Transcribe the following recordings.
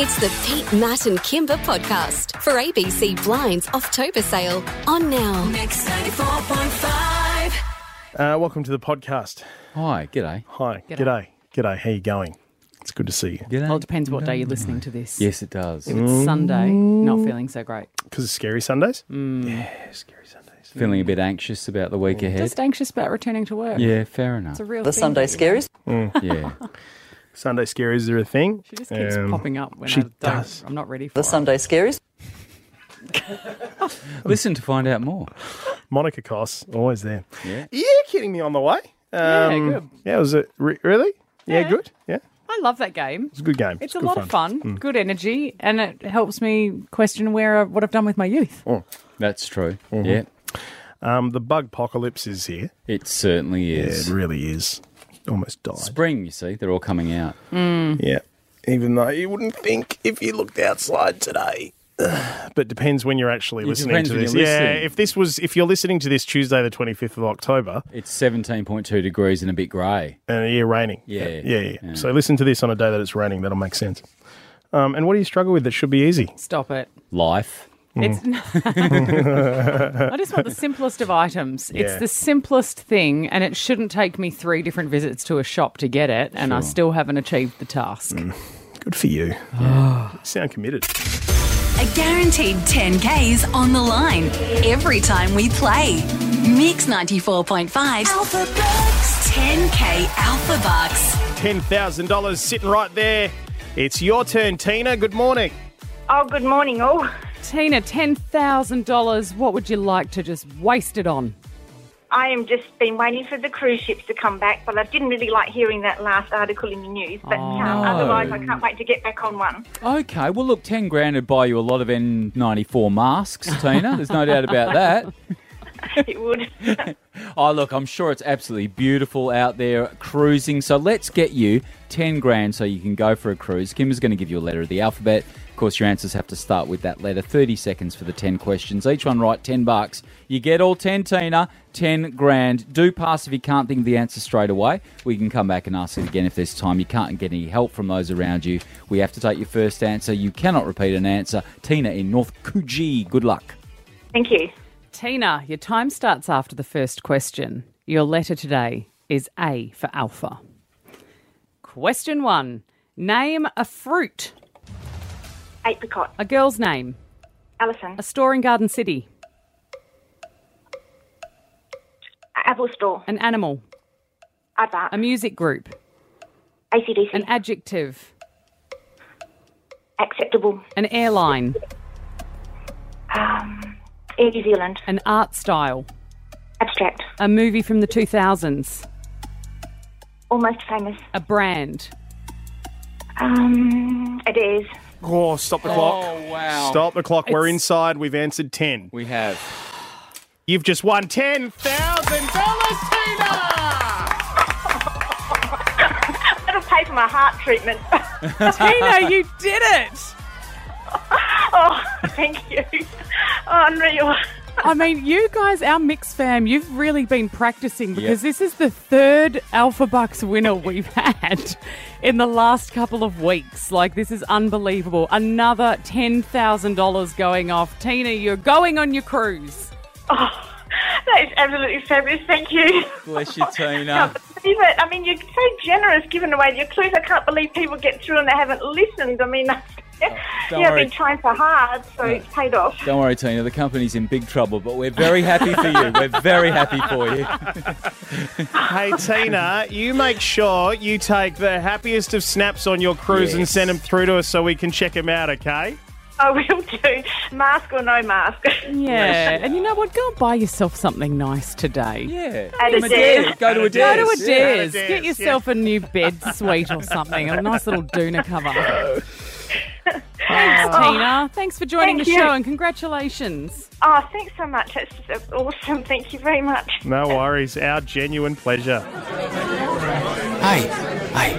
It's the Pete, Matt, and Kimber podcast for ABC Blind's October sale on now. Mix 94.5. Uh, welcome to the podcast. Hi, g'day. Hi, g'day. g'day, How you going? It's good to see you. G'day. Well, it depends what day you're listening to this. Yes, it does. If it's Sunday, not feeling so great. Because it's scary Sundays. Mm. Yeah, scary Sundays. Feeling a bit anxious about the week ahead. Just anxious about returning to work. yeah, fair enough. It's a real The thing. Sunday scaries. yeah. Sunday scaries are a thing. She just keeps Um, popping up when she I don't, does. I'm not ready for The it. Sunday scaries. Listen to find out more. Monica Cos, always there. Yeah. you kidding me on the way. Yeah, Um, good. Yeah, was it re- really? Yeah. Yeah. good. Yeah, I love that game. it's a good game. It's a good Mm. lot of fun, good energy, and it helps me question where I, what I've done with my youth. Mm. That's true. Mm-hmm. Yeah. Um, the bug apocalypse is here. It certainly is. It really is. Almost died. Spring, you see, they're all coming out. Yeah. Even though you wouldn't think if you looked outside today. But depends when you're actually listening depends to when this. you're Yeah, listening. if this was if you're listening to this Tuesday the 25th of October, It's 17.2 degrees and a bit grey. and a year raining. Yeah. yeah, yeah, yeah. So listen to this on a day that it's raining. That'll make sense. Um, and what do you struggle with that should be easy? Stop it. Life. Mm. It's. I just want the simplest of items. It's Yeah. the simplest thing, and it shouldn't take me three different visits to a shop to get it, and I still haven't achieved the task. Good for you. Ah. You Sound committed. A guaranteed 10Ks on the line every time we play. Mix 94.5. Alpha Bucks. 10K Alpha Bucks. $10,000 sitting right there. It's your turn, Tina. Good morning. Oh, good morning, all. Tina, ten thousand dollars. What would you like to just waste it on? I am just been waiting for the cruise ships to come back, but I didn't really like hearing that last article in the news. But Oh, um, otherwise, I can't wait to get back on one. Okay, well, look, 10 grand would buy you a lot of N94 masks, Tina. There's no doubt about that. It would. Oh, look, I'm sure it's absolutely beautiful out there cruising. So let's get you 10 grand so you can go for a cruise. Kim is going to give you a letter of the alphabet. Of course, your answers have to start with that letter. 30 seconds for the 10 questions. Each one right, 10 bucks. You get all 10, Tina. 10 grand. Do pass if you can't think of the answer straight away. We can come back and ask it again if there's time. You can't get any help from those around you. We have to take your first answer. You cannot repeat an answer. Tina in North Coogee. Good luck. Thank you. Tina, your time starts after the first question. Your letter today is A for Alpha. Question one: Name a fruit. Apricot. A girl's name. Alison. A store in Garden City. Apple Store. An animal. Advert. A music group. ACDC. An adjective. Acceptable. An airline. um, Air New Zealand. An art style. Abstract. A movie from the 2000s. Almost famous. A brand. Um, Adair's. Oh, stop the clock. wow. Stop the clock. We're inside. We've answered 10. We have. You've just won $10,000, Tina. That'll pay for my heart treatment. Tina, you did it! oh, thank you. Oh, unreal. I mean, you guys, our mix fam, you've really been practicing because this is the third Alpha Bucks winner we've had in the last couple of weeks. Like, this is unbelievable. Another $10,000 going off. Tina, you're going on your cruise. That is absolutely fabulous. Thank you. Bless you, Tina. believe it. I mean, you're so generous giving away your clues. I can't believe people get through and they haven't listened. I mean, Oh, don't yeah, I've worry. been trying so hard, so it's paid off. Don't worry, Tina. The company's in big trouble, but we're very happy for you. We're very happy for you. Hey, Tina, you make sure you take the happiest of snaps on your cruise and Yes. send them through to us so we can check them out, okay? I will do, mask or no mask. Yeah. And you know what? Go and buy yourself something nice today. Yeah. At a dare. Go to a Go dare. to Yes, a yeah. Dares. Dares, Get yourself a new bed suite or something. A nice little doona cover. Thanks, Tina. Thanks for joining Thank the you. show and congratulations. Oh, thanks so much. That's just awesome. Thank you very much. No worries. Our genuine pleasure. Hey, hey.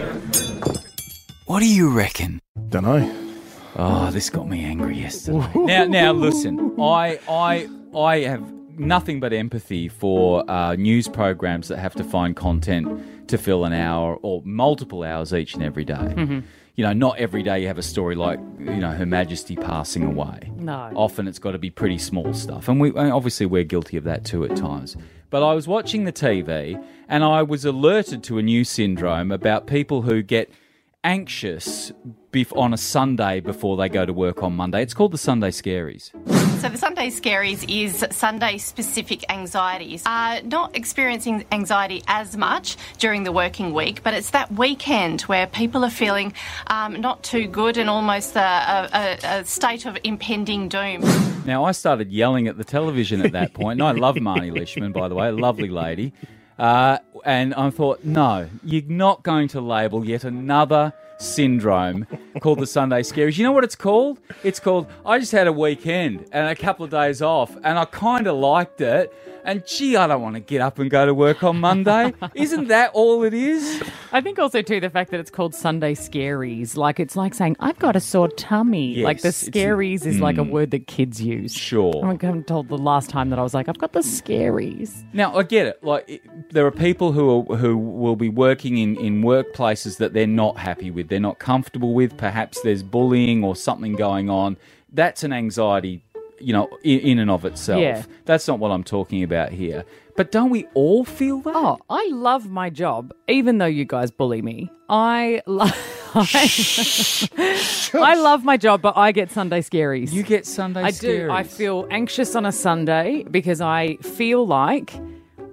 What do you reckon? Don't know. Oh, this got me angry yesterday. now, now, listen. I, I, I have nothing but empathy for uh, news programs that have to find content to fill an hour or multiple hours each and every day. you know, not every day you have a story like, you know, Her Majesty passing away. No. Often it's got to be pretty small stuff. And we and obviously we're guilty of that too at times. But I was watching the TV and I was alerted to a new syndrome about people who get anxious bef- on a Sunday before they go to work on Monday. It's called the Sunday Scaries. So the Sunday scaries is Sunday specific anxieties. Uh, not experiencing anxiety as much during the working week, but it's that weekend where people are feeling um, not too good and almost a, a, a state of impending doom. Now, I started yelling at the television at that point, and I love Marnie Leishman, by the way, a lovely lady. Uh, and I thought, no, you're not going to label yet another syndrome called the Sunday Scaries. You know what it's called? It's called I just had a weekend and a couple of days off, and I kind of liked it. And gee, I don't want to get up and go to work on Monday. Isn't that all it is? I think also too the fact that it's called Sunday Scaries, like it's like saying I've got a sore tummy. Yes, like the it's- Mm. scaries is like a word that kids use. Sure. I am told the last time that I was like I've got the scaries. Now I get it. Like it, there are people who are, who will be working in in workplaces that they're not happy with, they're not comfortable with. Perhaps there's bullying or something going on. That's an anxiety, you know, in, in and of itself. Yeah. That's not what I'm talking about here. But don't we all feel that? Oh, I love my job, even though you guys bully me. I love. I love my job, but I get Sunday scaries. you get Sunday. I do. I scaries. feel anxious on a Sunday because I feel like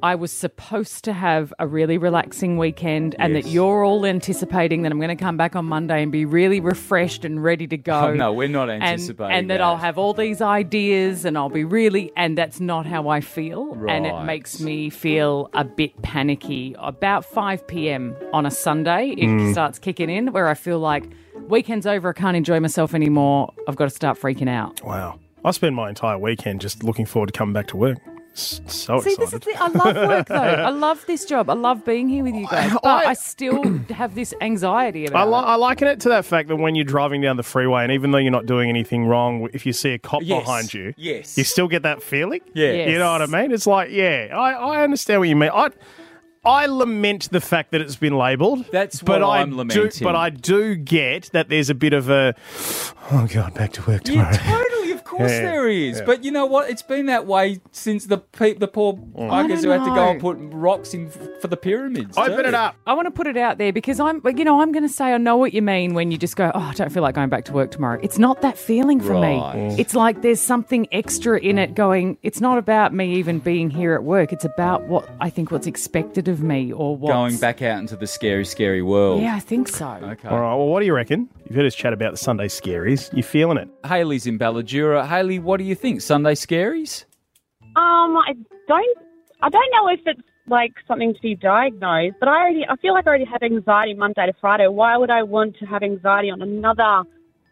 I was supposed to have a really relaxing weekend and that Yes. you're all anticipating that I'm going to come back on Monday and be really refreshed and ready to go. Oh, no, we're not And- anticipating And, that, that. I'll have all these ideas and I'll be really, and that's not how I feel. And it Right. makes me feel a bit panicky. About 5 p.m. on a Sunday, it Mm. starts kicking in where I feel like weekend's over, I can't enjoy myself anymore. I've got to start freaking out. Wow. I spend my entire weekend just looking forward to coming back to work. S- So See, this is excited. the, I love work though. I love this job. I love being here with you guys, but I, I- still have this I, anxiety about. li- it. I liken it to that fact that when you're driving down the freeway, and even though you're not doing anything wrong, if you see a cop Yes. behind you, Yes. you still get that feeling. Yeah. Yes. you know what I mean. It's like, yeah, I, I understand what you mean. I I lament the fact that it's been labelled. That's but what I I'm do- lamenting. But I do get that there's a bit of a oh god, back to work Yeah, tomorrow. totally. Of course Yeah, there is. yeah. But you know what? It's been that way since the pe- the poor Oh. buggers who had to go know. and put rocks in f- for the pyramids. Open too. it up. I want to put it out there because I'm, you know, I'm going to say I know what you mean when you just go, oh, I don't feel like going back to work tomorrow. It's not that feeling for Right. me. It's like there's something extra in it going. It's not about me even being here at work. It's about what I think what's expected of me or what's Going back out into the scary, scary world. Yeah, I think so. Okay. All right. Well, what do you reckon? You've heard us chat about the Sunday scaries. You feeling it? Haley's in Balladura. Haley, what do you think? Sunday scaries? Um, I don't, I don't know if it's like something to be diagnosed, but I already, I feel like I already have anxiety Monday to Friday. Why would I want to have anxiety on another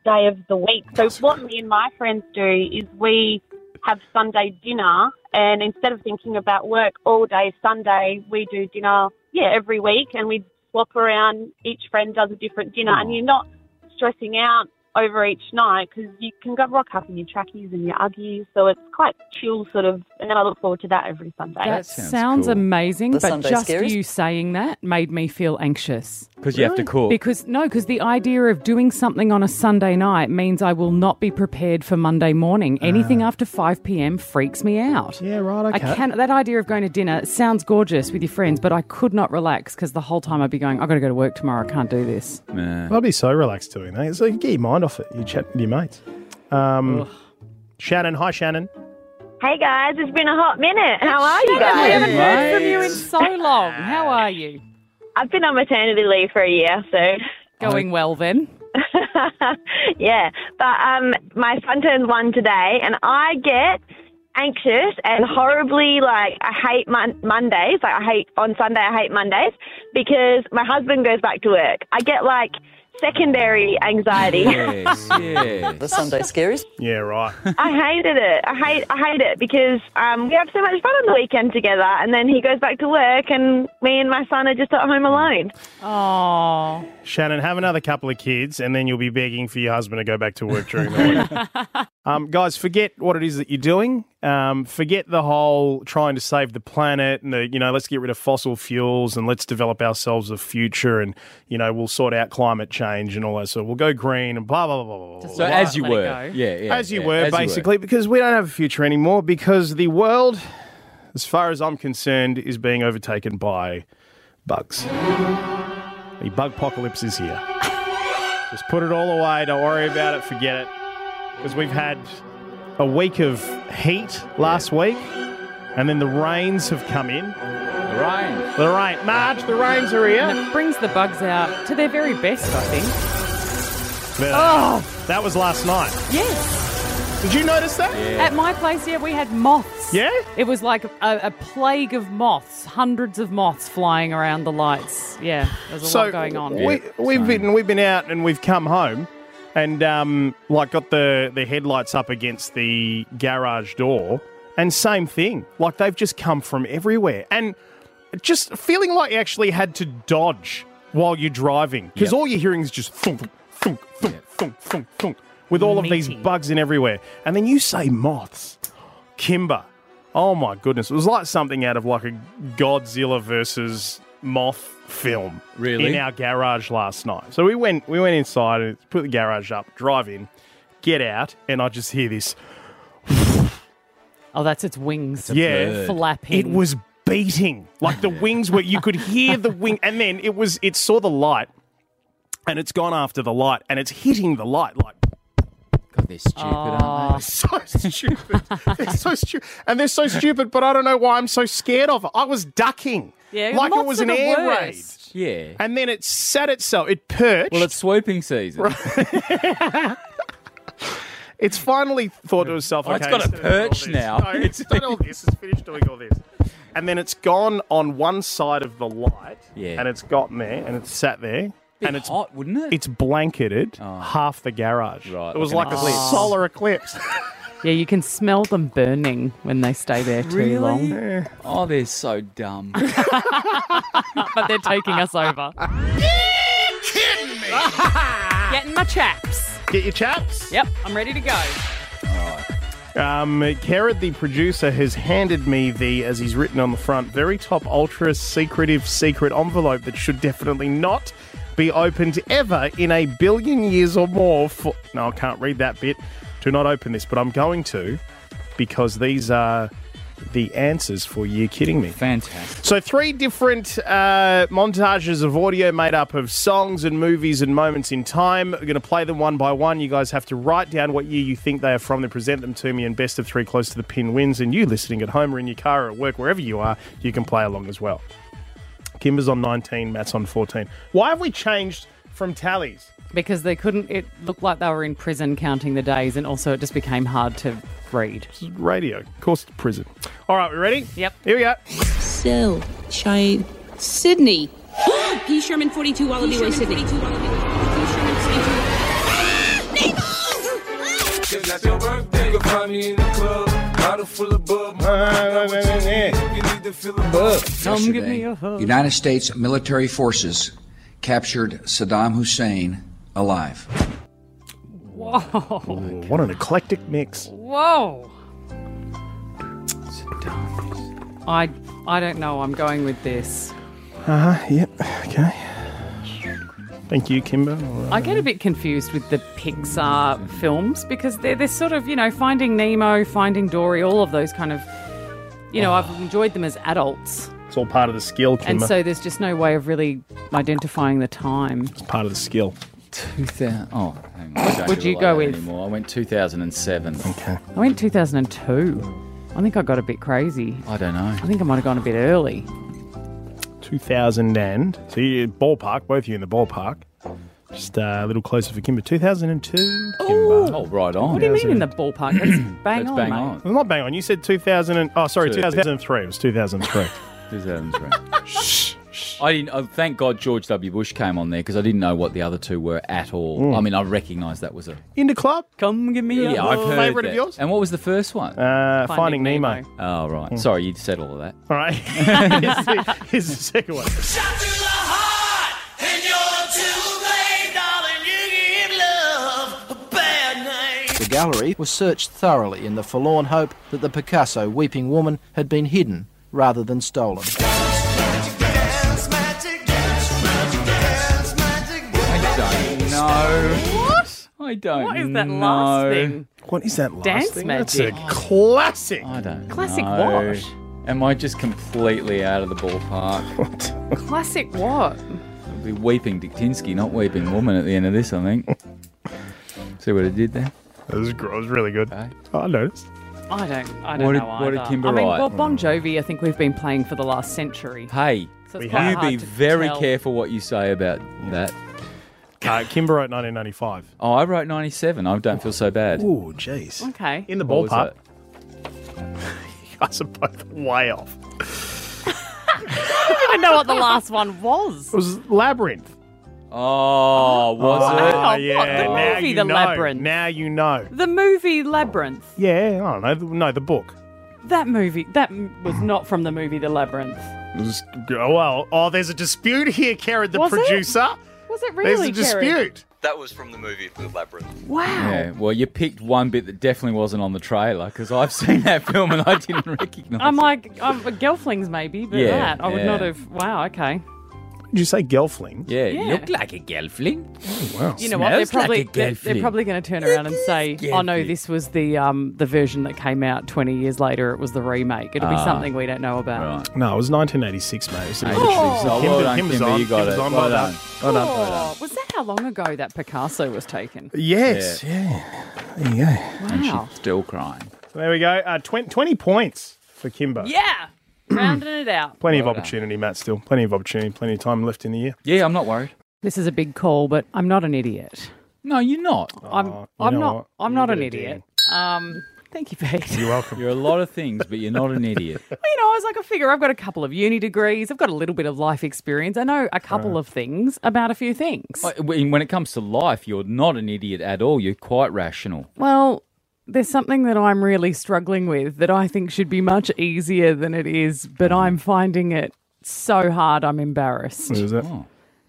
day of the week? So what me and my friends do is we have Sunday dinner, and instead of thinking about work all day Sunday, we do dinner, yeah, every week, and we swap around. Each friend does a different dinner, and you're not stressing out over each night because you can go rock up in your trackies and your uggies. So it's quite chill, sort of. And then I look forward to that every Sunday. That, sounds sounds, cool. amazing, The but Sunday just scaries? you saying that made me feel anxious. Because you have to cook. Because no, because the idea of doing something on a Sunday night means I will not be prepared for Monday morning. Anything after five p.m. freaks me out. Yeah. Right. I Okay. can that idea of going to dinner sounds gorgeous with your friends, but I could not relax because the whole time I'd be going, I've got to go to work tomorrow. I can't do this. I'd be so relaxed doing that. It's like get your mind off it. You chat with your mates. Um, Shannon. Hi, Shannon. Hey guys, it's been a hot minute. How are you I guys? haven't heard from you in so long. How are you? I've been on maternity leave for a year, so Going well then. yeah. But um, my son turned one today, and I get anxious and horribly like I hate mon- Mondays. Like I hate on Sunday, I hate Mondays because my husband goes back to work. I get like secondary anxiety. yes, The yes. Sunday Scaries. Yeah. Right. I hated it. I hate I hate it because um, we have so much fun on the weekend together, and then he goes back to work, and me and my son are just at home alone. Oh, Shannon, have another couple of kids, and then you'll be begging for your husband to go back to work during the week. Um, guys, forget what it is that you're doing. Um, forget the whole trying to save the planet and the, you know, let's get rid of fossil fuels and let's develop ourselves a future and, you know, we'll sort out climate change and all that. So we'll go green and blah, blah, blah, blah, blah. blah. So as you let it were, go. yeah, yeah, as you yeah, were, basically, because we don't have a future anymore because the world, as far as I'm concerned, is being overtaken by bugs. The bug apocalypse is here. Just put it all away. Don't worry about it. Forget it. Because we've had a week of heat last week, and then the rains have come in. Right. The rain, March, the rains are here. It brings the bugs out to their very best, I think. But, That was last night. Yes. Did you notice that? At my place, yeah, we had moths. Yeah? It was like a, a plague of moths, hundreds of moths flying around the lights. Yeah, there was a lot going on. We, Yeah, um, we've been we've been out and we've come home, and um, like got the the headlights up against the garage door, and same thing. Like they've just come from everywhere, and just feeling like you actually had to dodge while you're driving because Yep. all you're hearing is just thunk thunk thunk thunk thunk thunk with all of these Meaty. bugs in everywhere, and then you say moths, Kimber. Oh my goodness! It was like something out of like a Godzilla versus moth film. Really? In our garage last night. So we went we went inside and put the garage up, drive in, get out, and I just hear this. Oh, that's its wings. yeah. Flapping. It was beating. Like the wings were you could hear the wing and then it was it saw the light and it's gone after the light and it's hitting the light like God, they're stupid, aren't so stupid. they're so stupid. And they're so stupid, but I don't know why I'm so scared of it. I was ducking. Yeah, like it moths was are an the air raid. worst. they? Yeah. And then it sat itself, it perched. Well, it's swooping season. It's finally thought to itself, Oh, okay, it's got a instead of doing all perch this- now. No, it's done all this. It's finished doing all this. And then it's gone on one side of the light, Yeah. and it's gotten there, and it's sat there, and it's hot, wouldn't it? it's blanketed half the garage. Right, it was like like an a eclipse. solar eclipse. Yeah, you can smell them burning when they stay there too Really? long. Oh, they're so dumb. But they're taking us over. Getting my chaps. Get your chaps. Yep, I'm ready to go. Um, Kerrod, the producer, has handed me the, as he's written on the front, very top ultra secretive secret envelope that should definitely not be opened ever in a billion years or more. For no, I can't read that bit. Do not open this, but I'm going to because these are the answers for you kidding me. Fantastic. So, three different uh, montages of audio made up of songs and movies and moments in time. We're going to play them one by one. You guys have to write down what year you think they are from, then present them to me, and best of three close to the pin wins. And you listening at home or in your car or at work, wherever you are, you can play along as well. Kimber's on 19, Matt's on 14. Why have we changed from tallies? Because they couldn't, it looked like they were in prison counting the days, and also it just became hard to read. Radio. Of course, it's prison. All right, we ready? Yep. Here we go. Still, Shane, Sydney. P. Sherman 42 Wallaby Way, Sydney. It's not your birthday. You'll find me in the club. Bottle full of bub. You need to fill a bub. Come give me a hug. United States military forces captured Saddam Hussein alive. Ooh, what an eclectic mix. Whoa. I, I don't know. I'm going with this. Uh-huh, Yep. Okay. Thank you, Kimber. I get a bit confused with the Pixar films because they're, they're sort of, you know, Finding Nemo, Finding Dory, all of those kind of, you know, I've enjoyed them as adults. It's all part of the skill, And Kimber. so there's just no way of really identifying the time. it's part of the skill. 2000. Oh, hang on. I don't Would do you it go like that with? Anymore. I went 2007. I went 2002. I think I got a bit crazy. I don't know. I think I might have gone a bit early. 2000 and so you ballpark. Both of you in the ballpark. Just uh, a little closer for Kimber. 2002. Kimber. Oh, right on. What do you mean in the ballpark? That's bang That's on, bang mate. on. Well, not bang on. You said 2000. And, oh, sorry, Two. 2003. It was 2003. 2003. I didn't. Oh, thank God George W. Bush came on there because I didn't know what the other two were at all. I mean, I recognised that was a in the club. Come give me a yeah. I've heard favourite that. of yours? And what was the first one? Uh, Finding, Nemo. oh right. Sorry, you said all of that. All right. here's, the, here's the second one. The gallery was searched thoroughly in the forlorn hope that the Picasso weeping woman had been hidden rather than stolen. No. What? I don't What is that last know. thing? What is that last Dance thing? magic. Oh. That's a classic. I don't Classic know. what? Am I just completely out of the ballpark? Classic what? I'll be weeping Diktinsky, not weeping woman at the end of this, I think. See what I did there? That was, gr- that was really good. Oh, I noticed. I don't. I don't What did- know what did either. Timber I mean, write? well, Bon Jovi. I think we've been playing for the last century. Hey, So it's you quite hard be to very tell. careful what you say about that. Uh, Kimber wrote 1995. Oh, I wrote 97. I don't feel so bad. Ooh, jeez. Okay. In the What was ballpark. that? You guys are both way off. I don't even know what the last one was. It was Labyrinth. Oh, was Wow. it? what, the now movie you The know. Labyrinth? Now you know. The movie Labyrinth. Yeah, I don't know. The- No, the book. That movie. That m- was not from the movie The Labyrinth. It was, oh, well, oh, there's a dispute here, Karen, the Was it? producer. Was it There's really? a Kerry? dispute. That was from the movie The Labyrinth. Wow. Yeah, well, you picked one bit that definitely wasn't on the trailer because I've seen that film and I didn't recognize I'm like, um, Gelflings maybe, but Yeah, that I would yeah. not have. Wow. Okay. Did you say Gelfling? it. Yeah, you Yeah. look like a gelfling. Oh, Wow. You know what? They're Smells like probably a they're, they're Gelfling. probably going to turn around and say, "Oh no, Gelfling. this was the um the version that came out 20 years later. It was the remake. It'll be Ah, something we don't know about." Right. No, it was 1986, mate. It was Actually, literally- so Oh, well Kimber- done, Kimber's Kimber, Oh. on. you got Kimber's it. on. Well Well done. done. Well done. well done. Oh, was that how long ago that Picasso was taken? Yes, yeah. There you go. And Wow. she's still crying. So there we go. Uh, twen- 20 points for Kimber. Yeah, rounding it out. Plenty of Well done. opportunity, Matt, still. Plenty of opportunity. Plenty of time left in the year. Yeah, I'm not worried. This is a big call, but I'm not an idiot. No, you're not. I'm you I'm know not what? I'm You not did an it, idiot. Um, thank you, Pete. You're welcome. You're a lot of things, but you're not an idiot. you know, I was like, I figure I've got a couple of uni degrees, I've got a little bit of life experience, I know a couple Uh-huh. of things about a few things. Like, When when it comes to life, you're not an idiot at all. You're quite rational. Well, there's something that I'm really struggling with that I think should be much easier than it is, but I'm finding it so hard. I'm embarrassed. What is that?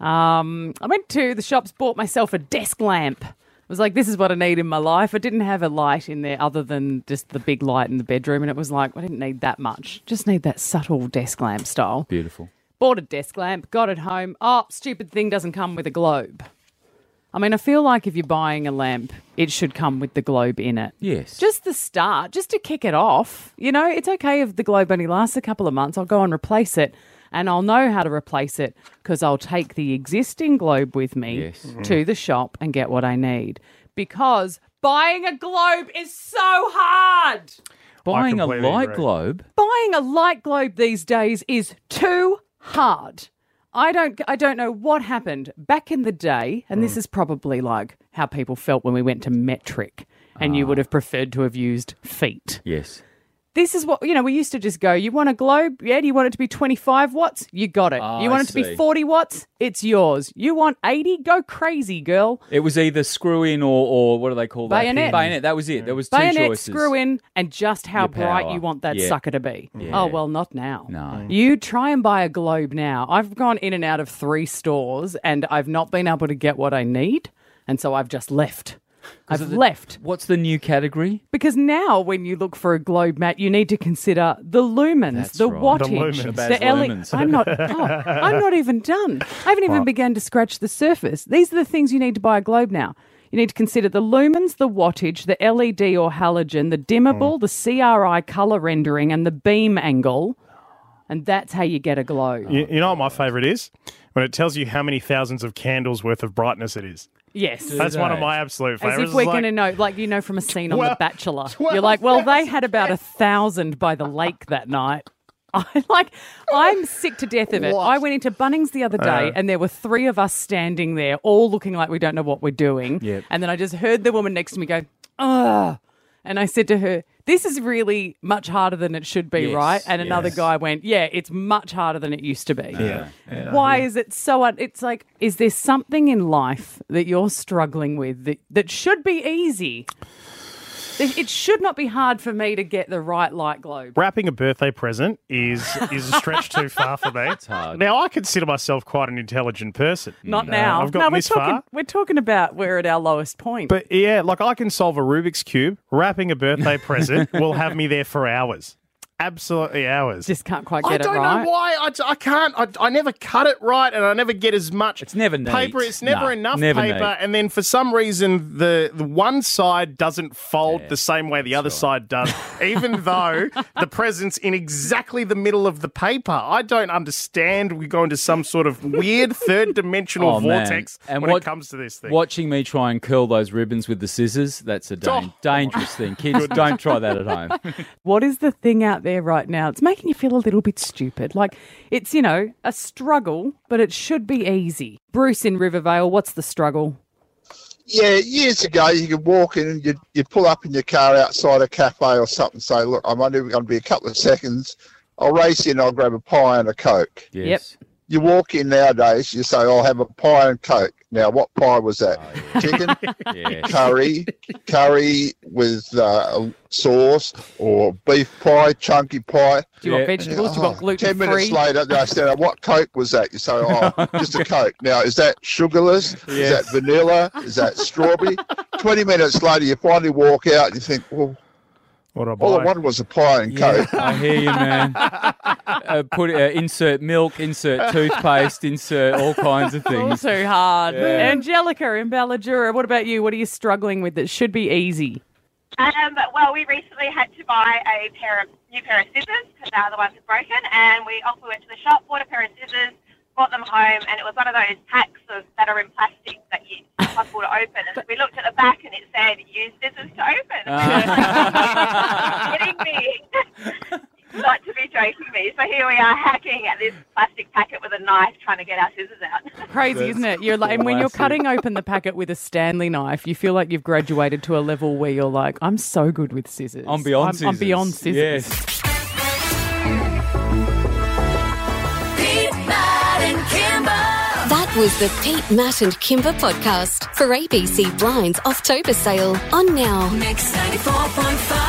Um, I went to the shops, bought myself a desk lamp. I was like, this is what I need in my life. I didn't have a light in there other than just the big light in the bedroom. And it was like, I didn't need that much. Just need that subtle desk lamp style. Beautiful. Bought a desk lamp, got it home. Oh, stupid thing doesn't come with a globe. I mean, I feel like if you're buying a lamp, it should come with the globe in it. Yes. Just the start, just to kick it off. You know, it's okay if the globe only lasts a couple of months. I'll go and replace it and I'll know how to replace it because I'll take the existing globe with me Yes. to the shop and get what I need. Because buying a globe is so hard. Buying a completely light agree. globe. Buying a light globe these days is too hard. I don't I don't know what happened back in the day and this is probably like how people felt when we went to metric and you would have preferred to have used feet Yes. this is what you know. We used to just go. You want a globe? Yeah. Do you want it to be twenty-five watts? You got it. Ah, you want I it to see. be forty watts? It's yours. You want eighty? Go crazy, girl. It was either screw in or, or what do they call that? thing? Bayonet. Bayonet. That was it. There was two Bayonet, choices. screw in, and just how Your bright power. you want that Yeah. sucker to be. Yeah. Oh well, not now. No. You try and buy a globe now. I've gone in and out of three stores, and I've not been able to get what I need, and so I've just left. I've left. What's the new category? Because now, when you look for a globe, Matt, you need to consider the lumens, That's the right. The wattage, lumens. Shabazz ele- lumens. I'm not. oh, I'm not even done. I haven't even begun to scratch the surface. These are the things you need to buy a globe now. You need to consider the lumens, the wattage, the LED or halogen, the Mm. dimmable, the CRI color rendering, and the beam angle. And that's how you get a globe. You, you know what my favourite is? When it tells you how many thousands of candles worth of brightness it is. Yes. That's one of they? my absolute As favourites. if we're It's like- going to know, like you know from a scene on The Twelve- Bachelor. twelve You're like, well, they had about a thousand by the lake that night. I like, I'm sick to death of it. I went into Bunnings the other Uh. day, and there were three of us standing there, all looking like we don't know what we're doing. Yep. And then I just heard the woman next to me go, "Ugh," and I said to her, "This is really much harder than it should be, Yes, right?" And another yes. guy went, "Yeah, it's much harder than it used to be." Yeah. Why is it so? Un- it's like, is there something in life that you're struggling with that, that should be easy? It should not be hard for me to get the right light globe. Wrapping a birthday present is is a stretch too far for me. Now I consider myself quite an intelligent person. Not Uh, now. I've gotten no, we're this talking, far. We're talking about we're at our lowest point. But yeah, like I can solve a Rubik's cube. Wrapping a birthday present will have me there for hours. Absolutely hours. Just can't quite I get it don't right. know why I, I can't. I, I never cut it right, and I never get as much. It's never paper. neat. It's never Nah, enough never paper, neat. and then for some reason the, the one side doesn't fold the same way the other side does, even though the present's in exactly the middle of the paper. I don't understand. We go into some sort of weird third dimensional Oh, man. vortex And when what- it comes to this thing. Watching me try and curl those ribbons with the scissors, that's a dan- dangerous thing. Kids, don't try that at home. What is the thing out there right now? It's making you feel a little bit stupid. Like it's, you know, a struggle, but it should be easy. Bruce in Rivervale, what's the struggle? Yeah, years ago, you could walk in and you'd, you'd pull up in your car outside a cafe or something and say, Look, I'm only going to be a couple of seconds. I'll race in, I'll grab a pie and a Coke. Yes. You walk in nowadays, you say, I'll have a pie and Coke. Now, what pie was that? Chicken, curry, curry with uh, sauce, or beef pie, chunky pie. Do you want vegetables? Do you want gluten Oh. Ten minutes free? later, they say, "What Coke was that?" You say, "Oh, just a Coke." Now, is that sugarless? Is that vanilla? Is that strawberry? Twenty minutes later, you finally walk out and you think, "Well, what all I wanted was a pie and Coke." I hear you, man. Uh, put uh, insert milk, insert toothpaste, insert all kinds of All things. too hard. Yeah. Angelica in Balladura, what about you? What are you struggling with that should be easy? Um, well, we recently had to buy a pair of new pair of scissors because the other ones had broken, and we off we went to the shop, bought a pair of scissors, brought them home, and it was one of those packs of, that are in plastic that you it's impossible to open. And we looked at the back, and it said use scissors to open. kidding me. Not to be joking me. So here we are hacking at this plastic packet with a knife, trying to get our scissors out. Crazy, isn't it? You're like, and when you're classic. cutting open the packet with a Stanley knife, you feel like you've graduated to a level where you're like, I'm so good with scissors. I'm beyond I'm, I'm beyond scissors. scissors. That was the Pete, Matt, and Kimber podcast for ABC Blinds October sale on now. Mix 94.5.